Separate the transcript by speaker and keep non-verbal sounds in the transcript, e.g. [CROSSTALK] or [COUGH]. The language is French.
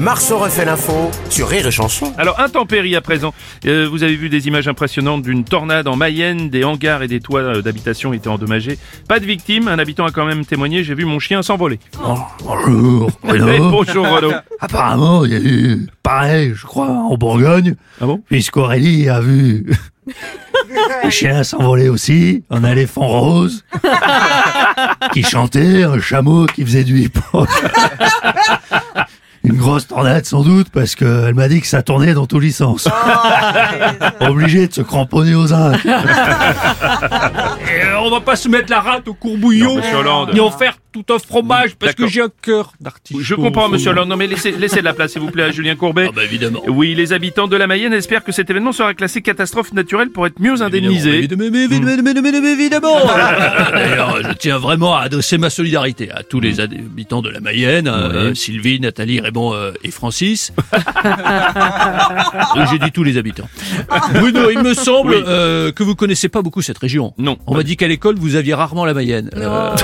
Speaker 1: Marceau refait l'info sur Rire et Chanson.
Speaker 2: Alors, intempéries à présent. Euh, vous avez vu des images impressionnantes d'une tornade en Mayenne, des hangars et des toits euh, d'habitation étaient endommagés. Pas de victimes, un habitant a quand même témoigné, j'ai vu mon chien s'envoler.
Speaker 3: Bonjour, Bruno.
Speaker 2: Eh, bonjour Renaud.
Speaker 3: Apparemment, il y a eu pareil, je crois, en Bourgogne,
Speaker 2: Ah bon
Speaker 3: puisqu'Aurélie a vu le chien s'envoler aussi, un éléphant rose qui chantait, un chameau qui faisait du hip-hop. Une grosse tornade sans doute parce qu'elle m'a dit que ça tournait dans tous les sens. Obligé de se cramponner aux arcs.
Speaker 4: Euh, on va pas se mettre la rate au courbouillon
Speaker 2: Non, monsieur Hollande.
Speaker 4: ni en faire tout un fromage parce que
Speaker 2: D'accord.
Speaker 4: j'ai un cœur d'artiste. Ah,
Speaker 2: Je comprends, monsieur Hollande. Non, mais laissez, laissez de la place, s'il vous plaît, à Julien Courbet.
Speaker 4: bah, évidemment.
Speaker 2: Oui, les habitants de la Mayenne espèrent que cet événement sera classé catastrophe naturelle pour être mieux indemnisé.
Speaker 4: Évidemment, mais évidemment, mais évidemment, mais [LAUGHS] évidemment. D'ailleurs, je tiens vraiment à adresser ma solidarité à tous les habitants de la Mayenne, euh, Sylvie, Nathalie, Raymond euh, et [LAUGHS] Francis. Euh, J'ai dit tous les habitants. Bruno, il me semble euh, que vous connaissez pas beaucoup cette région.
Speaker 2: Non.
Speaker 4: On m'a dit qu'à l'école, vous aviez rarement la Mayenne. Euh,